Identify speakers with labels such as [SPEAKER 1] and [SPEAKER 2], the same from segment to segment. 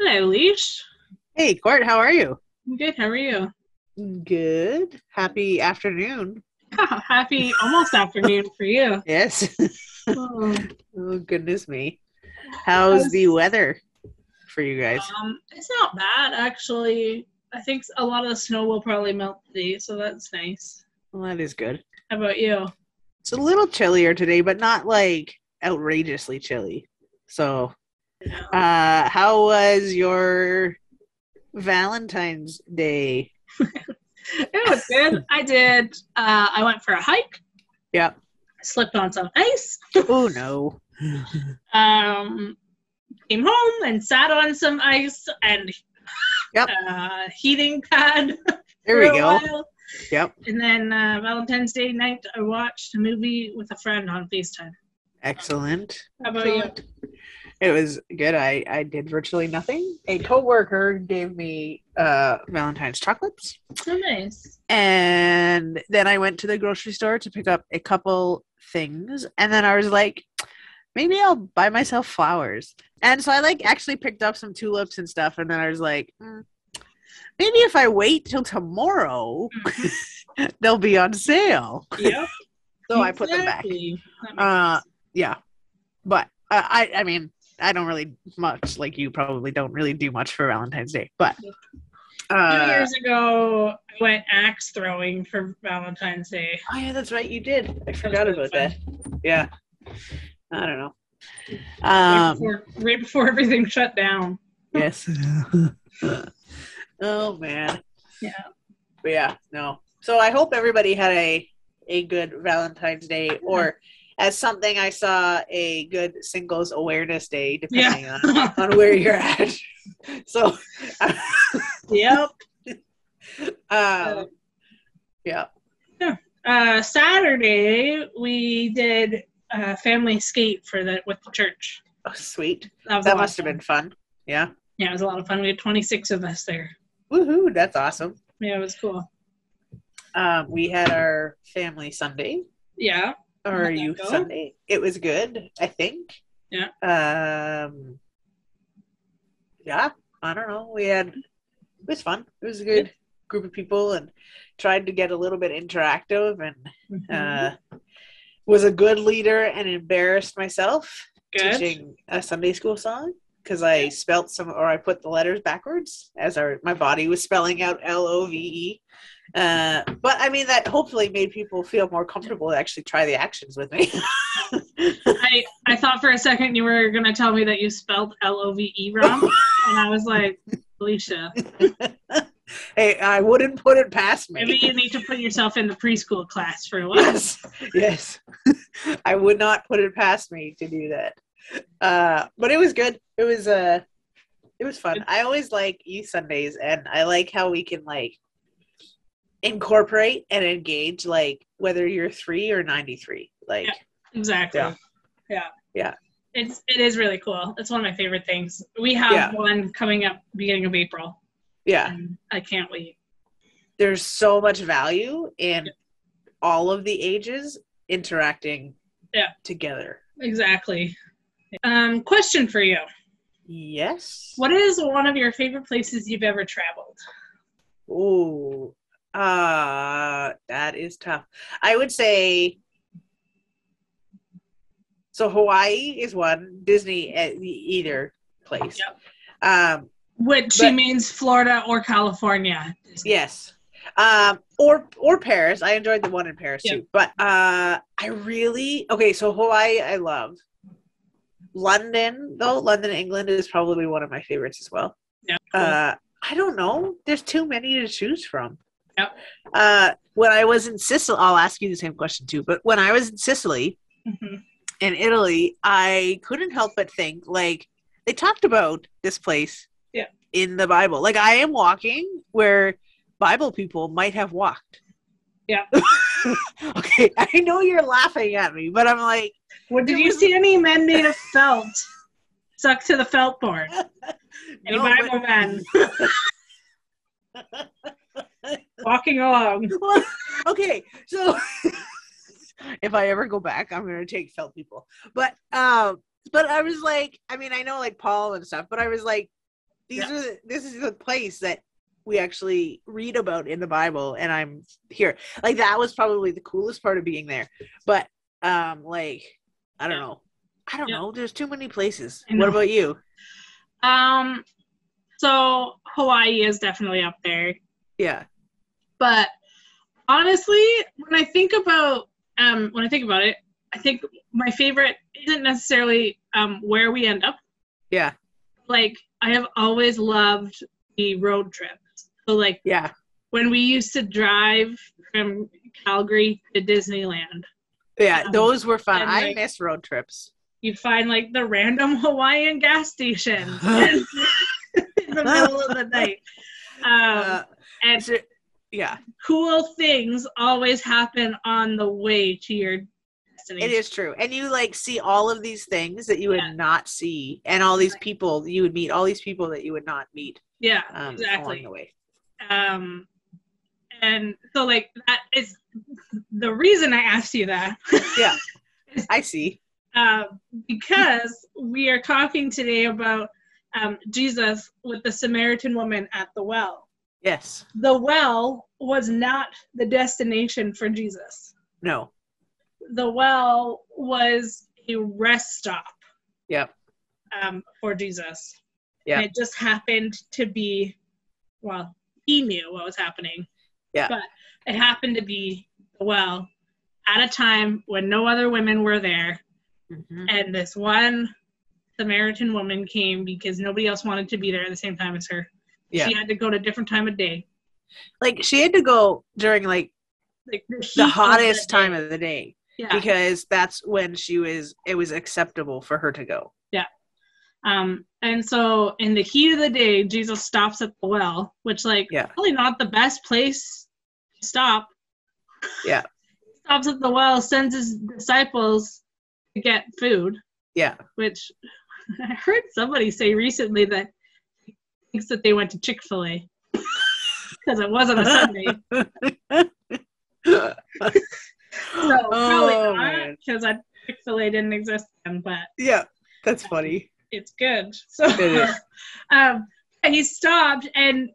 [SPEAKER 1] Hi, Alish.
[SPEAKER 2] Hey, Court, how are you?
[SPEAKER 1] I'm good. How are you?
[SPEAKER 2] Good. Happy afternoon.
[SPEAKER 1] Happy almost afternoon for you.
[SPEAKER 2] Yes.
[SPEAKER 1] Oh,
[SPEAKER 2] oh, goodness me. How's the weather for you guys?
[SPEAKER 1] Um, it's not bad actually. I think a lot of the snow will probably melt today, so that's nice.
[SPEAKER 2] Well, that is good.
[SPEAKER 1] How about you?
[SPEAKER 2] It's a little chillier today, but not like outrageously chilly. So, uh, how was your Valentine's Day?
[SPEAKER 1] It was good. I did. Uh, I went for a hike.
[SPEAKER 2] Yeah.
[SPEAKER 1] I slipped on some ice.
[SPEAKER 2] Oh, no.
[SPEAKER 1] Um, came home and sat on some ice and
[SPEAKER 2] Yep.
[SPEAKER 1] uh, heating pad.
[SPEAKER 2] There
[SPEAKER 1] for
[SPEAKER 2] we
[SPEAKER 1] a
[SPEAKER 2] go.
[SPEAKER 1] while.
[SPEAKER 2] Yep.
[SPEAKER 1] And then uh, Valentine's Day night, I watched a movie with a friend on FaceTime.
[SPEAKER 2] Excellent.
[SPEAKER 1] How about you?
[SPEAKER 2] It was good. I, I did virtually nothing. A coworker gave me uh, Valentine's chocolates.
[SPEAKER 1] So nice.
[SPEAKER 2] And then I went to the grocery store to pick up a couple things. And then I was like, maybe I'll buy myself flowers. And so I like actually picked up some tulips and stuff. And then I was like, "Mm, maybe if I wait till tomorrow, they'll be on sale.
[SPEAKER 1] Mm-hmm. Yep.
[SPEAKER 2] So I put them back.
[SPEAKER 1] Exactly. That makes
[SPEAKER 2] Uh,
[SPEAKER 1] sense.
[SPEAKER 2] yeah. But uh, I, I mean, I don't really much like you probably don't really do much for Valentine's Day, but
[SPEAKER 1] Two
[SPEAKER 2] uh,
[SPEAKER 1] years ago, I went axe throwing for Valentine's Day.
[SPEAKER 2] Oh yeah, that's right. You did. I
[SPEAKER 1] was
[SPEAKER 2] forgot
[SPEAKER 1] really
[SPEAKER 2] about
[SPEAKER 1] fun.
[SPEAKER 2] that. Yeah. I don't know.
[SPEAKER 1] Right
[SPEAKER 2] Um.
[SPEAKER 1] before, right before everything shut down.
[SPEAKER 2] yes. oh man.
[SPEAKER 1] Yeah.
[SPEAKER 2] But yeah. No. So I hope everybody had a a good Valentine's Day, or as something I saw, a good Singles Awareness Day, depending on on where you're at. so.
[SPEAKER 1] yep.
[SPEAKER 2] Um, yeah.
[SPEAKER 1] Uh, Saturday, we did uh, family skate for the with the church.
[SPEAKER 2] Oh, sweet.
[SPEAKER 1] was a
[SPEAKER 2] That
[SPEAKER 1] lot
[SPEAKER 2] must
[SPEAKER 1] of
[SPEAKER 2] have
[SPEAKER 1] fun.
[SPEAKER 2] been fun. Yeah.
[SPEAKER 1] Yeah, it was a lot of fun. We had 26 of us there.
[SPEAKER 2] Woohoo! That's awesome.
[SPEAKER 1] Yeah, it was cool.
[SPEAKER 2] Um, we had our family Sunday
[SPEAKER 1] Yeah.
[SPEAKER 2] or
[SPEAKER 1] How'd that
[SPEAKER 2] youth
[SPEAKER 1] go?
[SPEAKER 2] Sunday. It was good, I think.
[SPEAKER 1] Yeah.
[SPEAKER 2] Um. Yeah, I don't know. We had it was fun. It was a good group of people and tried to get a little bit interactive and
[SPEAKER 1] Mhm.
[SPEAKER 2] uh, was a good leader and embarrassed myself
[SPEAKER 1] Mm-hmm. Good.
[SPEAKER 2] teaching a uh, Sunday school song because I spelt some or I put the letters backwards as our my body was spelling out L O V E. Uh, but I mean that hopefully made people feel more comfortable to actually try the actions with me.
[SPEAKER 1] I, I thought for a second you were going to tell me that you spelled L O V E wrong. and I was like, Alicia,
[SPEAKER 2] hey, I wouldn't put it past me.
[SPEAKER 1] maybe you need to put yourself in the preschool class for a while.
[SPEAKER 2] yes, yes. I would not put it past me to do that. Uh, but it was good. It was uh, it was fun. I always like youth Sundays, and I like how we can like incorporate and engage, like whether you're three or ninety three. Like,
[SPEAKER 1] Yeah. Exactly.
[SPEAKER 2] Yeah.
[SPEAKER 1] Yeah.
[SPEAKER 2] Yeah.
[SPEAKER 1] It's it is really cool. It's one of my favorite things. We have
[SPEAKER 2] Yeah.
[SPEAKER 1] one coming up beginning of April.
[SPEAKER 2] yeah,
[SPEAKER 1] And I can't wait.
[SPEAKER 2] there's so much value in
[SPEAKER 1] Yeah.
[SPEAKER 2] all of the ages interacting
[SPEAKER 1] Yeah.
[SPEAKER 2] together.
[SPEAKER 1] Exactly. Um, question for you.
[SPEAKER 2] Yes.
[SPEAKER 1] What is one of your favorite places you've ever traveled?
[SPEAKER 2] Ooh, uh, that is tough. I would say so. Hawaii is one. Disney at either place. Um,
[SPEAKER 1] Which she
[SPEAKER 2] But-
[SPEAKER 1] means Florida or California.
[SPEAKER 2] yes. Um, or or Paris. I enjoyed the one in Paris
[SPEAKER 1] Yeah.
[SPEAKER 2] too. But uh, I really okay. So Hawaii, I love. London though, London, England is probably one of my favorites as well.
[SPEAKER 1] Yeah.
[SPEAKER 2] Uh, I don't know. There's too many to choose from.
[SPEAKER 1] Yep.
[SPEAKER 2] Uh, when I was in Sicily, I'll ask you the same question too. But when I was in Sicily
[SPEAKER 1] Mhm.
[SPEAKER 2] and Italy, I couldn't help but think like they talked about this place.
[SPEAKER 1] Yeah.
[SPEAKER 2] In the Bible, like I am walking where Bible people might have walked.
[SPEAKER 1] Yeah.
[SPEAKER 2] okay, I know you're laughing at me, but I'm like,
[SPEAKER 1] What did
[SPEAKER 2] There
[SPEAKER 1] you
[SPEAKER 2] was-
[SPEAKER 1] see any men made of felt stuck to the felt board? Any
[SPEAKER 2] no,
[SPEAKER 1] Bible
[SPEAKER 2] but-
[SPEAKER 1] men walking along?
[SPEAKER 2] Well, okay, so if I ever go back, I'm gonna take felt people. But um, but I was like, I mean, I know like Paul and stuff, but I was like, These
[SPEAKER 1] Yeah.
[SPEAKER 2] are the, this is the place that we actually read about in the Bible, and I'm here. Like that was probably the coolest part of being there. But um, like I don't
[SPEAKER 1] Yeah.
[SPEAKER 2] know, I don't
[SPEAKER 1] Yeah.
[SPEAKER 2] know. There's too many places.
[SPEAKER 1] I
[SPEAKER 2] What
[SPEAKER 1] know.
[SPEAKER 2] about you?
[SPEAKER 1] Um, so Hawaii is definitely up there,
[SPEAKER 2] Yeah,
[SPEAKER 1] but honestly, when I think about um, when I think about it, I think my favorite isn't necessarily um, where we end up.
[SPEAKER 2] Yeah.
[SPEAKER 1] Like I have always loved the road trips. So like
[SPEAKER 2] yeah,
[SPEAKER 1] when we used to drive from Calgary to Disneyland,
[SPEAKER 2] yeah.
[SPEAKER 1] Um,
[SPEAKER 2] Those were fun.
[SPEAKER 1] and,
[SPEAKER 2] I
[SPEAKER 1] like-
[SPEAKER 2] miss road trips.
[SPEAKER 1] you'd find like the random Hawaiian gas station in the middle of the night. Um,
[SPEAKER 2] Uh,
[SPEAKER 1] and
[SPEAKER 2] is it- yeah,
[SPEAKER 1] cool things always happen on the way to your destination.
[SPEAKER 2] it is true. And you like see all of these things that you would
[SPEAKER 1] Yeah.
[SPEAKER 2] not see, and all these people you would meet, all these people that you would not meet
[SPEAKER 1] Yeah,
[SPEAKER 2] um, along
[SPEAKER 1] exactly.
[SPEAKER 2] the way.
[SPEAKER 1] Um, and so, like, that is the reason I asked you that.
[SPEAKER 2] Yeah, I see.
[SPEAKER 1] uh, because we are talking today about um, Jesus with the Samaritan woman at the well.
[SPEAKER 2] Yes.
[SPEAKER 1] The well was not the destination for Jesus,
[SPEAKER 2] No.
[SPEAKER 1] the well was a rest stop.
[SPEAKER 2] Yep.
[SPEAKER 1] um, for Jesus.
[SPEAKER 2] Yeah.
[SPEAKER 1] And it just happened to be, well, he knew what was happening.
[SPEAKER 2] Yeah.
[SPEAKER 1] But it happened to be, well, at a time when no other women were there.
[SPEAKER 2] Mhm.
[SPEAKER 1] And this one Samaritan woman came because nobody else wanted to be there at the same time as her.
[SPEAKER 2] Yeah.
[SPEAKER 1] She had to go to a different time of day.
[SPEAKER 2] Like she had to go during like
[SPEAKER 1] Like the, heat
[SPEAKER 2] the
[SPEAKER 1] of
[SPEAKER 2] hottest
[SPEAKER 1] day.
[SPEAKER 2] time of the day
[SPEAKER 1] Yeah.
[SPEAKER 2] because that's when she was it was acceptable for her to go.
[SPEAKER 1] Um, and so in the heat of the day, Jesus stops at the well, which like
[SPEAKER 2] Yeah.
[SPEAKER 1] probably not the best place to stop.
[SPEAKER 2] Yeah.
[SPEAKER 1] He stops at the well, sends his disciples to get food,
[SPEAKER 2] Yeah.
[SPEAKER 1] which I heard somebody say recently that he thinks that they went to Chick-fil-A. Because it wasn't a Sunday. So probably
[SPEAKER 2] Oh,
[SPEAKER 1] not
[SPEAKER 2] man.
[SPEAKER 1] because Chick-fil-A didn't exist then, but
[SPEAKER 2] yeah. That's funny.
[SPEAKER 1] it's good. So
[SPEAKER 2] It is.
[SPEAKER 1] um and he stopped and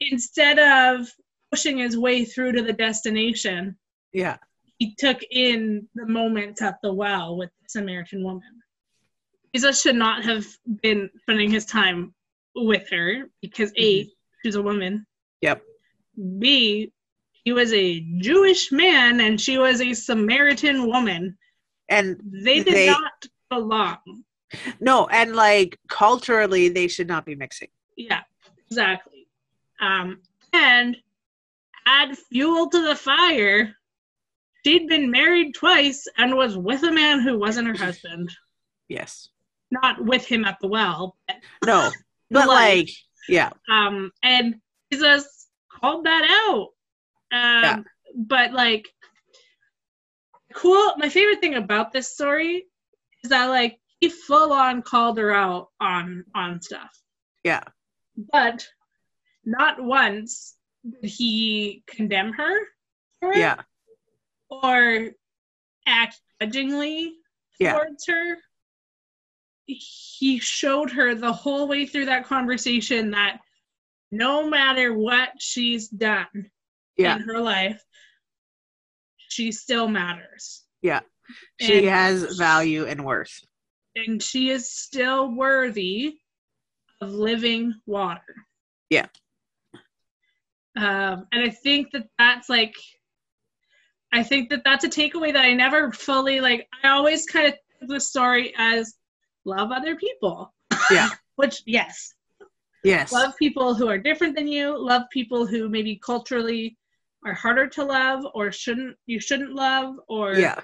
[SPEAKER 1] instead of pushing his way through to the destination,
[SPEAKER 2] Yeah.
[SPEAKER 1] he took in the moment at the well with the Samaritan woman. Jesus should not have been spending his time with her because A, she's a woman.
[SPEAKER 2] Mm-hmm. Yep.
[SPEAKER 1] B, he was a Jewish man and she was a Samaritan woman.
[SPEAKER 2] And
[SPEAKER 1] They did
[SPEAKER 2] They-
[SPEAKER 1] not belong.
[SPEAKER 2] no, and like culturally they should not be mixing.
[SPEAKER 1] Yeah, exactly. Um, and add fuel to the fire. She'd been married twice and was with a man who wasn't her husband.
[SPEAKER 2] Yes.
[SPEAKER 1] Not with him at the well. But,
[SPEAKER 2] No. But like yeah.
[SPEAKER 1] um, and Jesus called that out. Um,
[SPEAKER 2] Yeah.
[SPEAKER 1] But like, cool. My favorite thing about this story is that like he full on called her out on on stuff.
[SPEAKER 2] Yeah.
[SPEAKER 1] but not once did he condemn her for it
[SPEAKER 2] Yeah.
[SPEAKER 1] or act judgingly
[SPEAKER 2] Yeah.
[SPEAKER 1] towards her. He showed her the whole way through that conversation that no matter what she's done
[SPEAKER 2] Yeah.
[SPEAKER 1] in her life, she still matters.
[SPEAKER 2] Yeah. She
[SPEAKER 1] And-
[SPEAKER 2] has value and worth.
[SPEAKER 1] and she is still worthy of living water.
[SPEAKER 2] Yeah.
[SPEAKER 1] Um, and I think that that's like, I think that that's a takeaway that I never fully like. I always kind of think of the story as love other people.
[SPEAKER 2] Yeah.
[SPEAKER 1] Which yes,
[SPEAKER 2] Yes.
[SPEAKER 1] love people who are different than you. Love people who maybe culturally are harder to love or shouldn't you shouldn't love or
[SPEAKER 2] Yeah.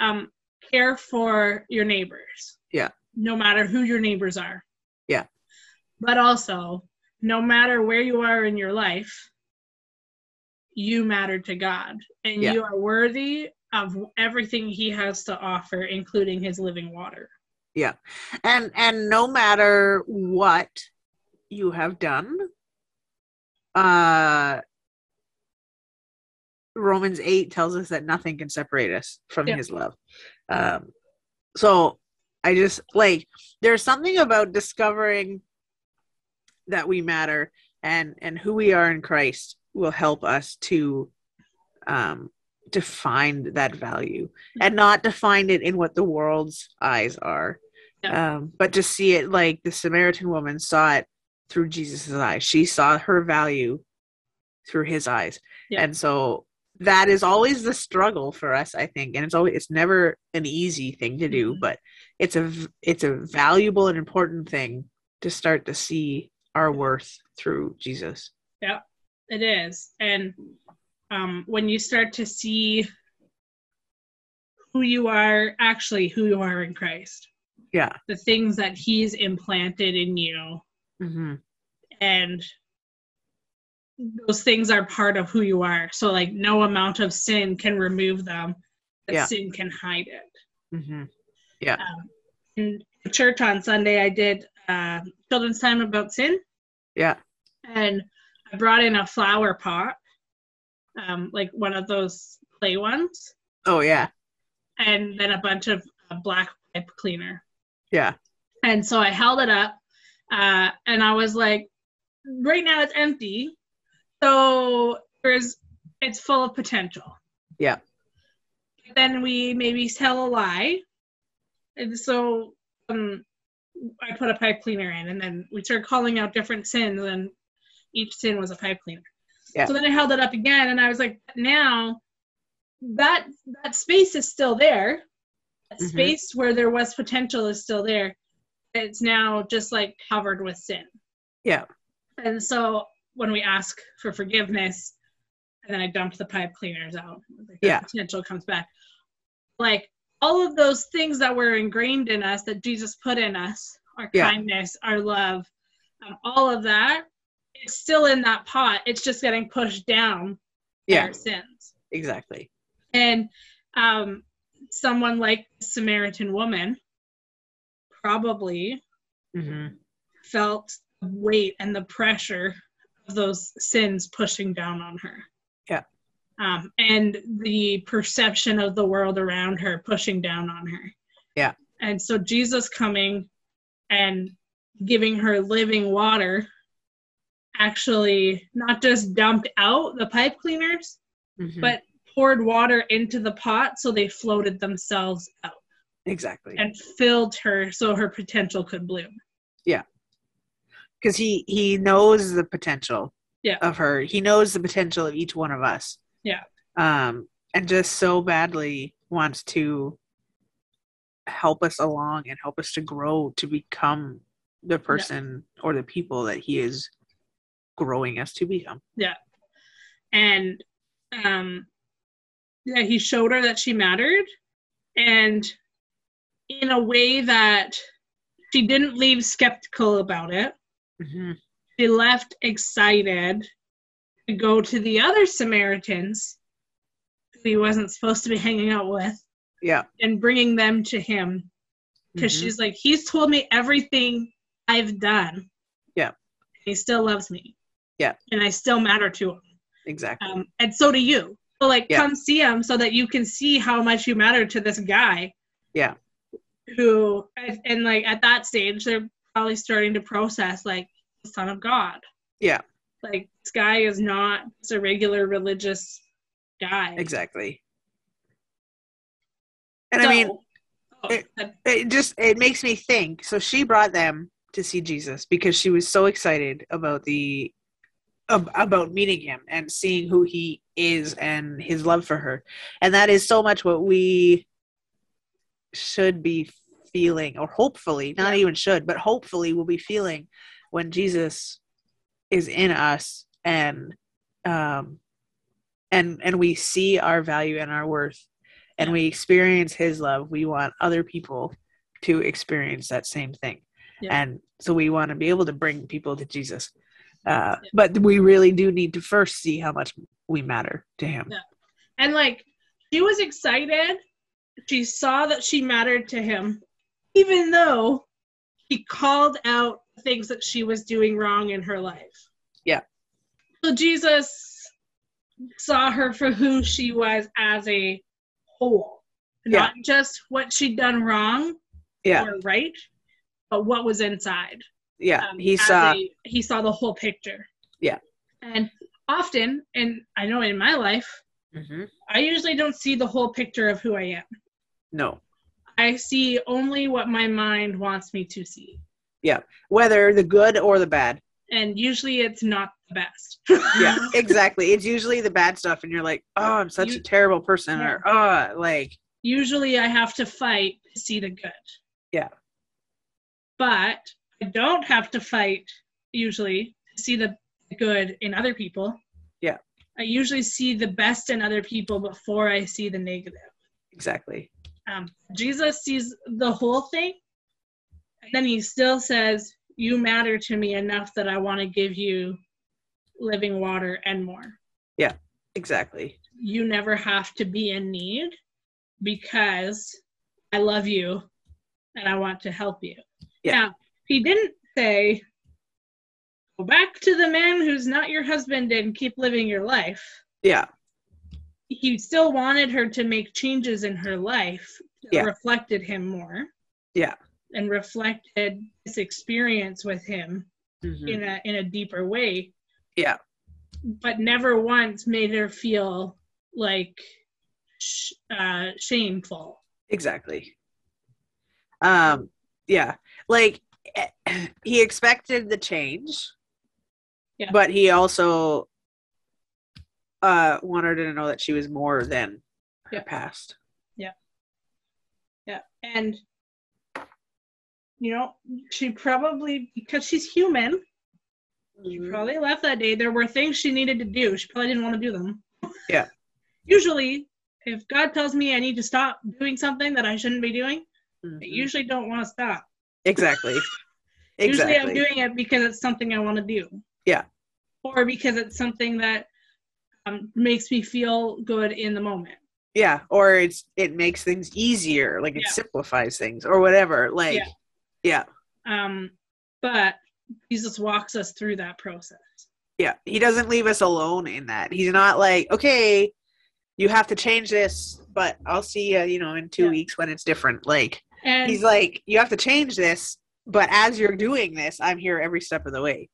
[SPEAKER 1] um, care for your neighbors.
[SPEAKER 2] Yeah.
[SPEAKER 1] No matter who your neighbors are.
[SPEAKER 2] Yeah.
[SPEAKER 1] But also, no matter where you are in your life, you matter to God and
[SPEAKER 2] Yeah.
[SPEAKER 1] you are worthy of everything He has to offer, including His living water.
[SPEAKER 2] and and no matter what you have done uh romans 8 tells us that nothing can separate us from
[SPEAKER 1] Yeah.
[SPEAKER 2] his love um so i just like there's something about discovering that we matter and and who we are in Christ will help us to um to find that value and not define it in what the world's eyes are
[SPEAKER 1] Yeah.
[SPEAKER 2] um but to see it like the Samaritan woman saw it through Jesus's eyes she saw her value through his eyes
[SPEAKER 1] Yeah.
[SPEAKER 2] and so that is always the struggle for us i think and it's always it's never an easy thing to do
[SPEAKER 1] Mhm.
[SPEAKER 2] but it's a v- it's a valuable and important thing to start to see our worth through jesus
[SPEAKER 1] It is. And um, when you start to see who you are, actually, who you are in Christ,
[SPEAKER 2] yeah
[SPEAKER 1] the things that He's implanted in you, Mm-hmm.
[SPEAKER 2] hmm
[SPEAKER 1] and those things are part of who you are. So, like, no amount of sin can remove them, but
[SPEAKER 2] Yeah.
[SPEAKER 1] sin can hide it. Um,
[SPEAKER 2] hmm
[SPEAKER 1] In church on Sunday, I did uh, children's time about sin.
[SPEAKER 2] yeah
[SPEAKER 1] and I brought in a flower pot, um, like one of those clay ones,
[SPEAKER 2] oh yeah
[SPEAKER 1] and then a bunch of uh, black pipe cleaner.
[SPEAKER 2] yeah
[SPEAKER 1] And so I held it up, uh, and I was like, right now it's empty, so there's it's full of potential.
[SPEAKER 2] Yeah.
[SPEAKER 1] Then we maybe tell a lie, and so um, I put a pipe cleaner in, and then we started calling out different sins, and each sin was a pipe cleaner.
[SPEAKER 2] Yeah.
[SPEAKER 1] So then I held it up again, and I was like, now that that space is still there. That
[SPEAKER 2] Mhm.
[SPEAKER 1] space where there was potential is still there it's now just like covered with sin.
[SPEAKER 2] Yeah.
[SPEAKER 1] And so when we ask for forgiveness, and then I dumped the pipe cleaners out, like, the
[SPEAKER 2] Yeah.
[SPEAKER 1] potential comes back. Like all of those things that were ingrained in us that Jesus put in us, our
[SPEAKER 2] Yeah.
[SPEAKER 1] kindness, our love, um, all of that, it's still in that pot. It's just getting pushed down by
[SPEAKER 2] yeah
[SPEAKER 1] our sins.
[SPEAKER 2] exactly
[SPEAKER 1] And um, someone like the Samaritan woman probably Mm-hmm.
[SPEAKER 2] hmm
[SPEAKER 1] felt the weight and the pressure of those sins pushing down on her.
[SPEAKER 2] Yeah.
[SPEAKER 1] Um, and the perception of the world around her pushing down on her.
[SPEAKER 2] Yeah.
[SPEAKER 1] And so Jesus coming and giving her living water actually not just dumped out the pipe cleaners, But- poured water into the pot so they floated themselves out
[SPEAKER 2] exactly
[SPEAKER 1] and filled her so her potential could bloom.
[SPEAKER 2] because he he knows the potential
[SPEAKER 1] Yeah.
[SPEAKER 2] of her he knows the potential of each one of us
[SPEAKER 1] Yeah.
[SPEAKER 2] um and just so badly wants to help us along and help us to grow to become the person or the people that he is growing us to become
[SPEAKER 1] and um yeah he showed her that she mattered and in a way that she didn't leave skeptical about it
[SPEAKER 2] mm-hmm.
[SPEAKER 1] she left excited to go to the other samaritans who he wasn't supposed to be hanging out with
[SPEAKER 2] yeah
[SPEAKER 1] and bringing them to him because
[SPEAKER 2] Mhm.
[SPEAKER 1] she's like he's told me everything i've done
[SPEAKER 2] Yeah.
[SPEAKER 1] he still loves me
[SPEAKER 2] Yeah.
[SPEAKER 1] and i still matter to him
[SPEAKER 2] exactly
[SPEAKER 1] um, and so do you. So like,
[SPEAKER 2] Yeah.
[SPEAKER 1] come see him so that you can see how much you matter to this guy.
[SPEAKER 2] Yeah.
[SPEAKER 1] Who and, and like at that stage they're probably starting to process like the son of God.
[SPEAKER 2] Yeah.
[SPEAKER 1] Like this guy is not just a regular religious guy.
[SPEAKER 2] exactly and i mean
[SPEAKER 1] So- oh,
[SPEAKER 2] it-
[SPEAKER 1] but-
[SPEAKER 2] it just it makes me think so she brought them to see jesus because she was so excited about the ab- about meeting him and seeing who he is and his love for her and that is so much what we should be feeling or hopefully not even should but hopefully we'll be feeling when jesus is in us and um and and we see our value and our worth and
[SPEAKER 1] Yeah.
[SPEAKER 2] we experience his love we want other people to experience that same thing
[SPEAKER 1] Yeah.
[SPEAKER 2] and so we want to be able to bring people to jesus uh, but we really do need to first see how much we matter to him
[SPEAKER 1] Yeah. and like she was excited. She saw that she mattered to him, even though he called out things that she was doing wrong in her life.
[SPEAKER 2] Yeah.
[SPEAKER 1] So Jesus saw her for who she was as a whole, not just what she'd done wrong
[SPEAKER 2] yeah
[SPEAKER 1] or right, but what was inside.
[SPEAKER 2] Yeah,
[SPEAKER 1] um,
[SPEAKER 2] he
[SPEAKER 1] as
[SPEAKER 2] saw.
[SPEAKER 1] a- he saw the whole picture.
[SPEAKER 2] Yeah.
[SPEAKER 1] And often, and I know in my life,
[SPEAKER 2] Mhm.
[SPEAKER 1] I usually don't see the whole picture of who I am.
[SPEAKER 2] No,
[SPEAKER 1] I see only what my mind wants me to see.
[SPEAKER 2] whether the good or the bad.
[SPEAKER 1] And usually it's not the best.
[SPEAKER 2] Yeah, exactly. It's usually the bad stuff, and you're like, oh, I'm such
[SPEAKER 1] You-
[SPEAKER 2] a terrible person,
[SPEAKER 1] Yeah.
[SPEAKER 2] or oh, like,
[SPEAKER 1] usually I have to fight to see the good.
[SPEAKER 2] Yeah.
[SPEAKER 1] But I don't have to fight usually to see the good in other people.
[SPEAKER 2] Yeah.
[SPEAKER 1] I usually see the best in other people before I see the negative.
[SPEAKER 2] exactly.
[SPEAKER 1] Um, Jesus sees the whole thing, and then he still says, You matter to me enough that I want to give you living water and more
[SPEAKER 2] Exactly.
[SPEAKER 1] you never have to be in need because I love you and I want to help you.
[SPEAKER 2] Yeah.
[SPEAKER 1] Now, he didn't say, go back to the man who's not your husband and keep living your life.
[SPEAKER 2] Yeah.
[SPEAKER 1] He still wanted her to make changes in her life that
[SPEAKER 2] Yeah.
[SPEAKER 1] reflected him more.
[SPEAKER 2] Yeah.
[SPEAKER 1] And reflected this experience with him
[SPEAKER 2] Mhm.
[SPEAKER 1] in a in a deeper way.
[SPEAKER 2] Yeah.
[SPEAKER 1] But never once made her feel like sh- uh, shameful.
[SPEAKER 2] Exactly. Um, yeah. Like he expected the change.
[SPEAKER 1] Yeah.
[SPEAKER 2] But he also uh wanted her to know that she was more than her
[SPEAKER 1] Yeah.
[SPEAKER 2] past.
[SPEAKER 1] Yeah. And you know, she probably because she's human, she
[SPEAKER 2] Mm-hmm.
[SPEAKER 1] probably left that day. There were things she needed to do. She probably didn't want to do them.
[SPEAKER 2] Yeah.
[SPEAKER 1] Usually, if God tells me I need to stop doing something that I shouldn't be doing,
[SPEAKER 2] Mhm.
[SPEAKER 1] I usually don't want to stop.
[SPEAKER 2] Exactly. exactly.
[SPEAKER 1] Usually I'm doing it because it's something I want to do.
[SPEAKER 2] Yeah.
[SPEAKER 1] Or because it's something that um, makes me feel good in the moment.
[SPEAKER 2] yeah, or it's it makes things easier, like it
[SPEAKER 1] Yeah.
[SPEAKER 2] simplifies things or whatever. Like
[SPEAKER 1] Yeah.
[SPEAKER 2] yeah.
[SPEAKER 1] Um, but Jesus walks us through that process.
[SPEAKER 2] Yeah, he doesn't leave us alone in that. He's not like, okay, you have to change this, but I'll see you, you know, in two
[SPEAKER 1] Yeah.
[SPEAKER 2] weeks when it's different. Like,
[SPEAKER 1] And
[SPEAKER 2] he's like, you have to change this, but as you're doing this, I'm here every step of the way.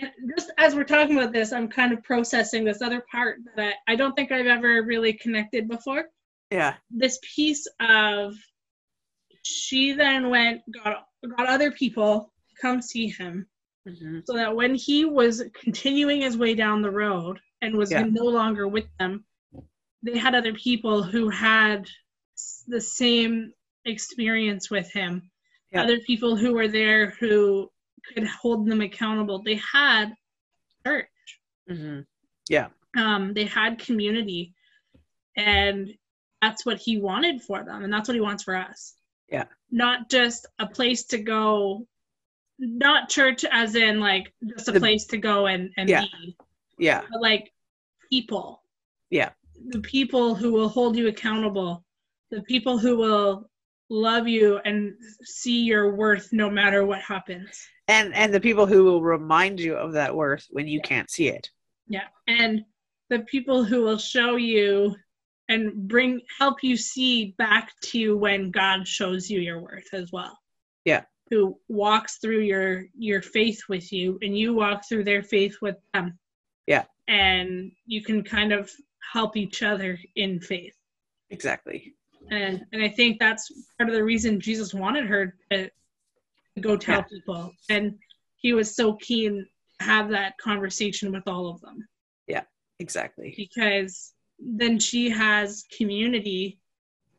[SPEAKER 1] and just as we're talking about this, I'm kind of processing this other part that I, I don't think I've ever really connected before.
[SPEAKER 2] Yeah,
[SPEAKER 1] This piece of she then went, got, got other people to come see him.
[SPEAKER 2] hmm
[SPEAKER 1] so that when he was continuing his way down the road and was
[SPEAKER 2] Yeah.
[SPEAKER 1] no longer with them, they had other people who had s- the same experience with him.
[SPEAKER 2] Yeah.
[SPEAKER 1] Other people who were there who could hold them accountable. They had church.
[SPEAKER 2] hmm
[SPEAKER 1] Um, they had community, and that's what he wanted for them, and that's what he wants for us.
[SPEAKER 2] Yeah.
[SPEAKER 1] Not just a place to go, not church as in like just a
[SPEAKER 2] The-
[SPEAKER 1] place to go and and
[SPEAKER 2] Yeah.
[SPEAKER 1] be,
[SPEAKER 2] yeah,
[SPEAKER 1] but like people.
[SPEAKER 2] Yeah.
[SPEAKER 1] The people who will hold you accountable, the people who will love you and see your worth no matter what happens.
[SPEAKER 2] and and the people who will remind you of that worth when you can't see it.
[SPEAKER 1] Yeah, and the people who will show you and bring help you see back to you when God shows you your worth as well.
[SPEAKER 2] Yeah.
[SPEAKER 1] Who walks through your your faith with you and you walk through their faith with them.
[SPEAKER 2] Yeah.
[SPEAKER 1] And you can kind of help each other in faith.
[SPEAKER 2] Exactly.
[SPEAKER 1] And and I think that's part of the reason Jesus wanted her to to go tell people. And he was so keen to have that conversation with all of them
[SPEAKER 2] Exactly.
[SPEAKER 1] because then she has community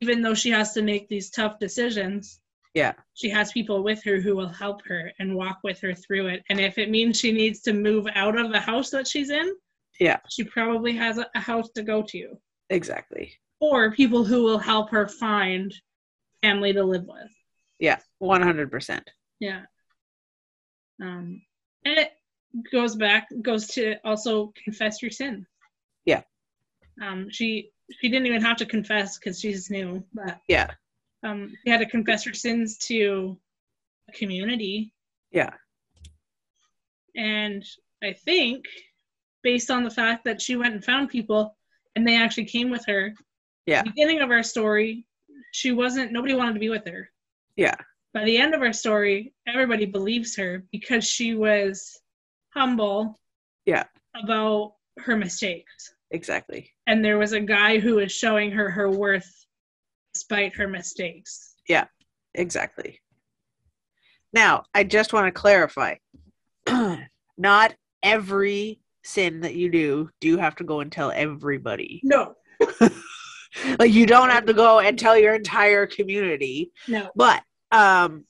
[SPEAKER 1] even though she has to make these tough decisions
[SPEAKER 2] Yeah.
[SPEAKER 1] she has people with her who will help her and walk with her through it and if it means she needs to move out of the house that she's in
[SPEAKER 2] Yeah.
[SPEAKER 1] she probably has a, a house to go to
[SPEAKER 2] Exactly.
[SPEAKER 1] or people who will help her find family to live with
[SPEAKER 2] Yeah, one hundred percent.
[SPEAKER 1] yeah um and it goes back goes to also confess your sin
[SPEAKER 2] Yeah.
[SPEAKER 1] um she she didn't even have to confess because she's new but
[SPEAKER 2] Yeah.
[SPEAKER 1] um she had to confess her sins to a community
[SPEAKER 2] Yeah.
[SPEAKER 1] and i think based on the fact that she went and found people and they actually came with her
[SPEAKER 2] Yeah.
[SPEAKER 1] beginning of our story she wasn't nobody wanted to be with her
[SPEAKER 2] Yeah.
[SPEAKER 1] by the end of our story, everybody believes her because she was humble.
[SPEAKER 2] Yeah.
[SPEAKER 1] About her mistakes.
[SPEAKER 2] Exactly.
[SPEAKER 1] And there was a guy who was showing her her worth despite her mistakes.
[SPEAKER 2] Exactly. Now, I just want to clarify. Not every sin that you do do you have to go and tell everybody.
[SPEAKER 1] No,
[SPEAKER 2] Like you don't have to go and tell your entire community.
[SPEAKER 1] no.
[SPEAKER 2] but um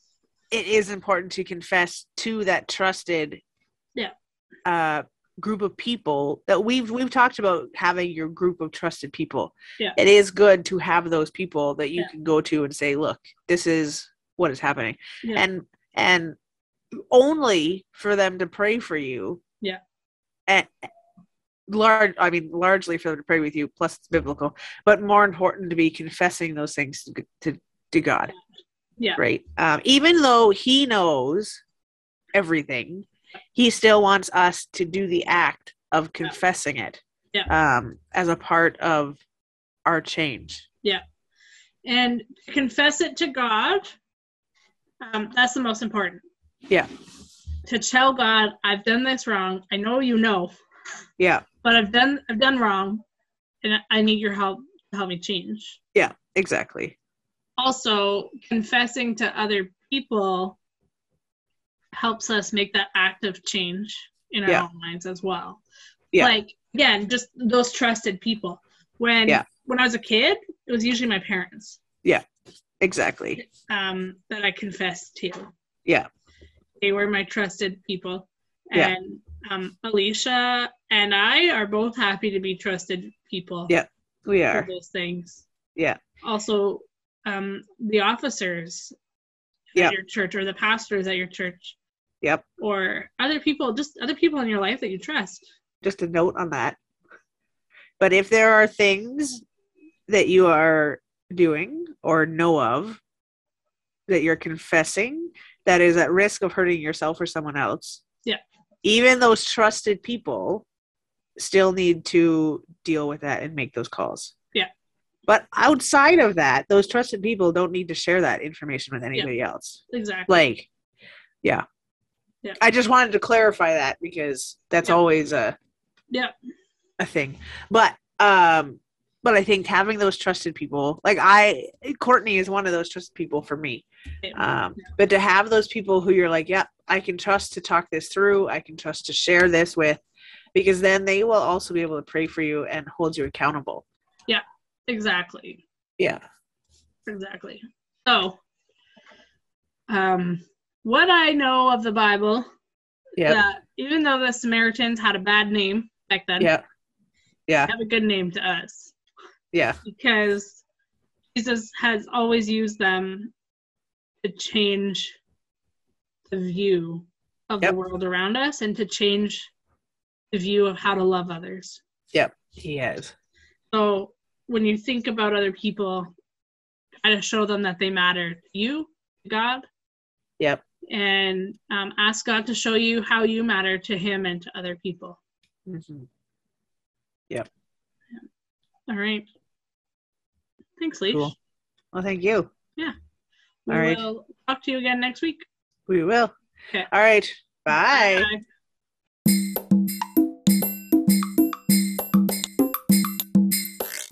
[SPEAKER 2] it is important to confess to that trusted
[SPEAKER 1] Yeah.
[SPEAKER 2] uh group of people that we've we've talked about having your group of trusted people
[SPEAKER 1] Yeah.
[SPEAKER 2] it is good to have those people that you
[SPEAKER 1] Yeah.
[SPEAKER 2] can go to and say look this is what is happening
[SPEAKER 1] Yeah.
[SPEAKER 2] and and only for them to pray for you
[SPEAKER 1] Yeah.
[SPEAKER 2] and large i mean largely for them to pray with you plus it's biblical but more important to be confessing those things to, to, to god
[SPEAKER 1] Yeah.
[SPEAKER 2] right? Um, even though he knows everything, he still wants us to do the act of confessing it
[SPEAKER 1] Yeah.
[SPEAKER 2] um, as a part of our change.
[SPEAKER 1] And confess it to God. Um, that's the most important.
[SPEAKER 2] Yeah.
[SPEAKER 1] To tell God, I've done this wrong. I know you know,
[SPEAKER 2] Yeah,
[SPEAKER 1] but I've done I've done wrong, and I need your help to help me change.
[SPEAKER 2] exactly.
[SPEAKER 1] also confessing to other people helps us make that active change in our
[SPEAKER 2] Yeah.
[SPEAKER 1] own minds as well.
[SPEAKER 2] Yeah.
[SPEAKER 1] Like again, just those trusted people. When
[SPEAKER 2] Yeah.
[SPEAKER 1] when I was a kid, it was usually my parents
[SPEAKER 2] Exactly.
[SPEAKER 1] um, that I confessed to.
[SPEAKER 2] Yeah.
[SPEAKER 1] They were my trusted people.
[SPEAKER 2] Yeah.
[SPEAKER 1] And um, Alicia and I are both happy to be trusted people
[SPEAKER 2] Yeah, We
[SPEAKER 1] for
[SPEAKER 2] are.
[SPEAKER 1] those things.
[SPEAKER 2] Yeah.
[SPEAKER 1] Also, um, the officers
[SPEAKER 2] Yeah.
[SPEAKER 1] at your church or the pastors at your church.
[SPEAKER 2] Yep.
[SPEAKER 1] Or other people, just other people in your life that you trust.
[SPEAKER 2] Just a note on that. But if there are things that you are doing or know of that you're confessing that is at risk of hurting yourself or someone else.
[SPEAKER 1] Yeah.
[SPEAKER 2] Even those trusted people still need to deal with that and make those calls.
[SPEAKER 1] Yeah.
[SPEAKER 2] But outside of that, those trusted people don't need to share that information with anybody else.
[SPEAKER 1] Exactly.
[SPEAKER 2] Like, yeah.
[SPEAKER 1] Yeah.
[SPEAKER 2] I just wanted to clarify that because that's
[SPEAKER 1] Yeah.
[SPEAKER 2] always a
[SPEAKER 1] Yeah.
[SPEAKER 2] a thing. But um but I think having those trusted people, like I Courtney is one of those trusted people for me. Um, but to have those people who you're like, yeah, I can trust to talk this through, I can trust to share this with, because then they will also be able to pray for you and hold you accountable.
[SPEAKER 1] exactly.
[SPEAKER 2] Yeah.
[SPEAKER 1] Exactly. So, um, what I know of the Bible
[SPEAKER 2] Yeah.
[SPEAKER 1] that even though the Samaritans had a bad name back then,
[SPEAKER 2] Yeah.
[SPEAKER 1] they have a good name to us
[SPEAKER 2] Yeah.
[SPEAKER 1] because Jesus has always used them to change the view of
[SPEAKER 2] Yep.
[SPEAKER 1] the world around us and to change the view of how to love others.
[SPEAKER 2] He is.
[SPEAKER 1] So when you think about other people, try to show them that they matter to you, to God,
[SPEAKER 2] Yep.
[SPEAKER 1] and um, ask God to show you how you matter to Him and to other people.
[SPEAKER 2] Mhm.
[SPEAKER 1] All right. Thanks, Leash.
[SPEAKER 2] Cool. Well, thank you.
[SPEAKER 1] We
[SPEAKER 2] All right.
[SPEAKER 1] will talk to you again next week.
[SPEAKER 2] We will.
[SPEAKER 1] Okay.
[SPEAKER 2] All right. Bye.
[SPEAKER 1] Bye.